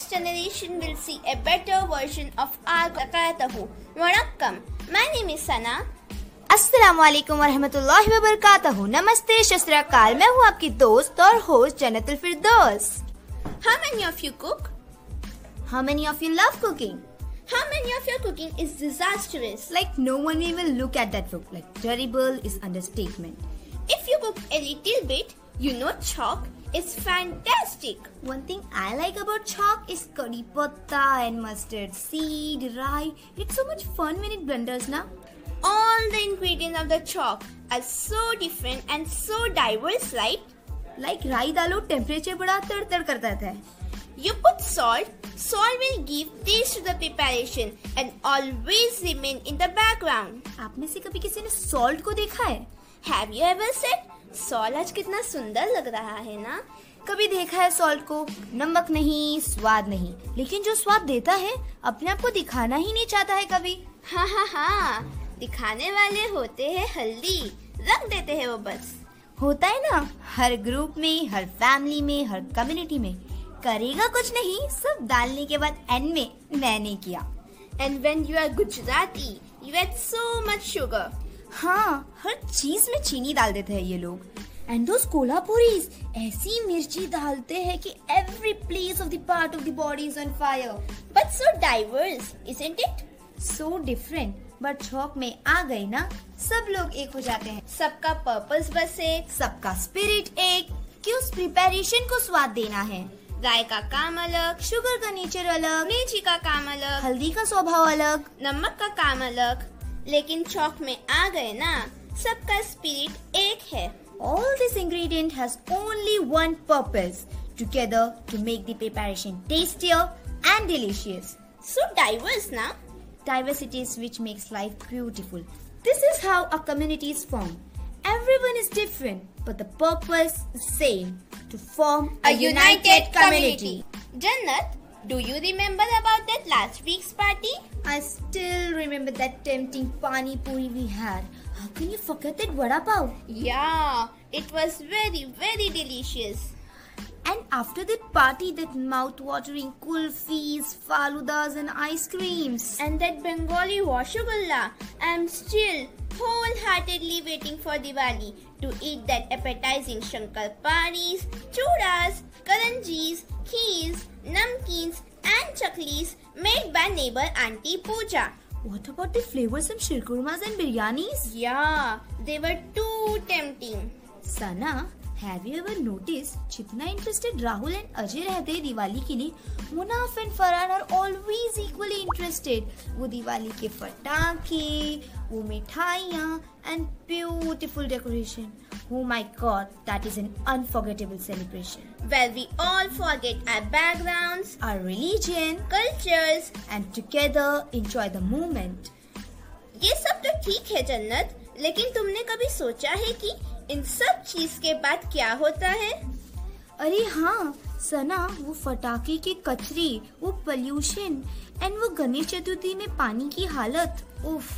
next generation will see a better version of our Kakatahu. Vanakkam. My name is Sana. अस्सलाम वालेकुम वरहमतुल्लाहि वबरकातहू नमस्ते शस्त्रकाल मैं हूँ आपकी दोस्त और host Jannatul Firdous How many of you cook? How many of you love cooking How many of your cooking is disastrous? Like no one will look at that book like terrible is understatement If you cook a little bit, you know chalk is fantastic. One thing I like about chhaunk is kadi patta and mustard seed rai it's so much fun when it blenders ना All the ingredients of the chalk are so different and so diverse, right? Like rai डालो temperature बड़ा तड़तड़ करता था You put salt, salt will give taste to the preparation and always remain in the background. आप में से कभी किसी ने सॉल्ट को देखा है Have you ever said, sol आज कितना सुंदर लग रहा है ना कभी देखा है सॉल्ट को नमक नहीं स्वाद नहीं लेकिन जो स्वाद देता है अपने आप को दिखाना ही नहीं चाहता है कभी हाँ हाँ हाँ दिखाने वाले होते हैं हल्दी रख देते हैं वो बस होता है ना हर ग्रुप में हर फैमिली में हर कम्युनिटी में करेगा कुछ नहीं सब डालने के बाद एंड में मैंने किया And when you are Gujarati, you add so much sugar. हाँ हर चीज में चीनी डाल देते हैं ये लोग एंड दोस कोल्हापुरीज ऐसी मिर्ची डालते हैं कि every place of the part of the body is on fire But so diverse, isn't it? So different but shock में आ गए ना सब लोग एक हो जाते हैं सबका पर्पस बस एक सबका स्पिरिट एक कि उस प्रिपरेशन को स्वाद देना है राय का काम अलग शुगर का नेचर अलग मिर्ची का काम अलग हल्दी का स्वभाव अलग नमक का काम अलग लेकिन चौक में आ गए ना सबका स्पिरिट एक है all this ingredient has only one purpose together to make the preparation tastier and delicious so diverse ना diversities which makes life beautiful. This is how a community is formed. Everyone is different, but the purpose is same to form a, united community. Jannat do you remember about that last week's party I still remember that tempting pani puri we had. How can you forget that vada pav? Yeah it was very very delicious And after that party, that mouth-watering kulfis, faludas, and ice creams. and that Bengali Washagulla. I am still wholeheartedly waiting for Diwali to eat that appetizing shankarpanis, churas, karanjis, kheers, namkeens and chaklis made by neighbor Auntie Pooja. What about the flavors and shirkurmas and biryanis? Yeah, they were too tempting. Sana have you ever notice जितना interested Rahul and Ajay रहते हैं दिवाली के लिए Munaf and Farhan are always equally interested वो दिवाली के पटाखे वो मिठाइयाँ and beautiful decoration oh my god that is an unforgettable celebration Where we all forget our backgrounds, are religion cultures. And together enjoy the moment ये सब तो ठीक है जन्नत लेकिन तुमने कभी सोचा है कि इन सब चीज के बाद क्या होता है अरे हाँ सना वो फटाके के कचरे वो पोल्यूशन एंड वो गणेश चतुर्थी में पानी की हालत उफ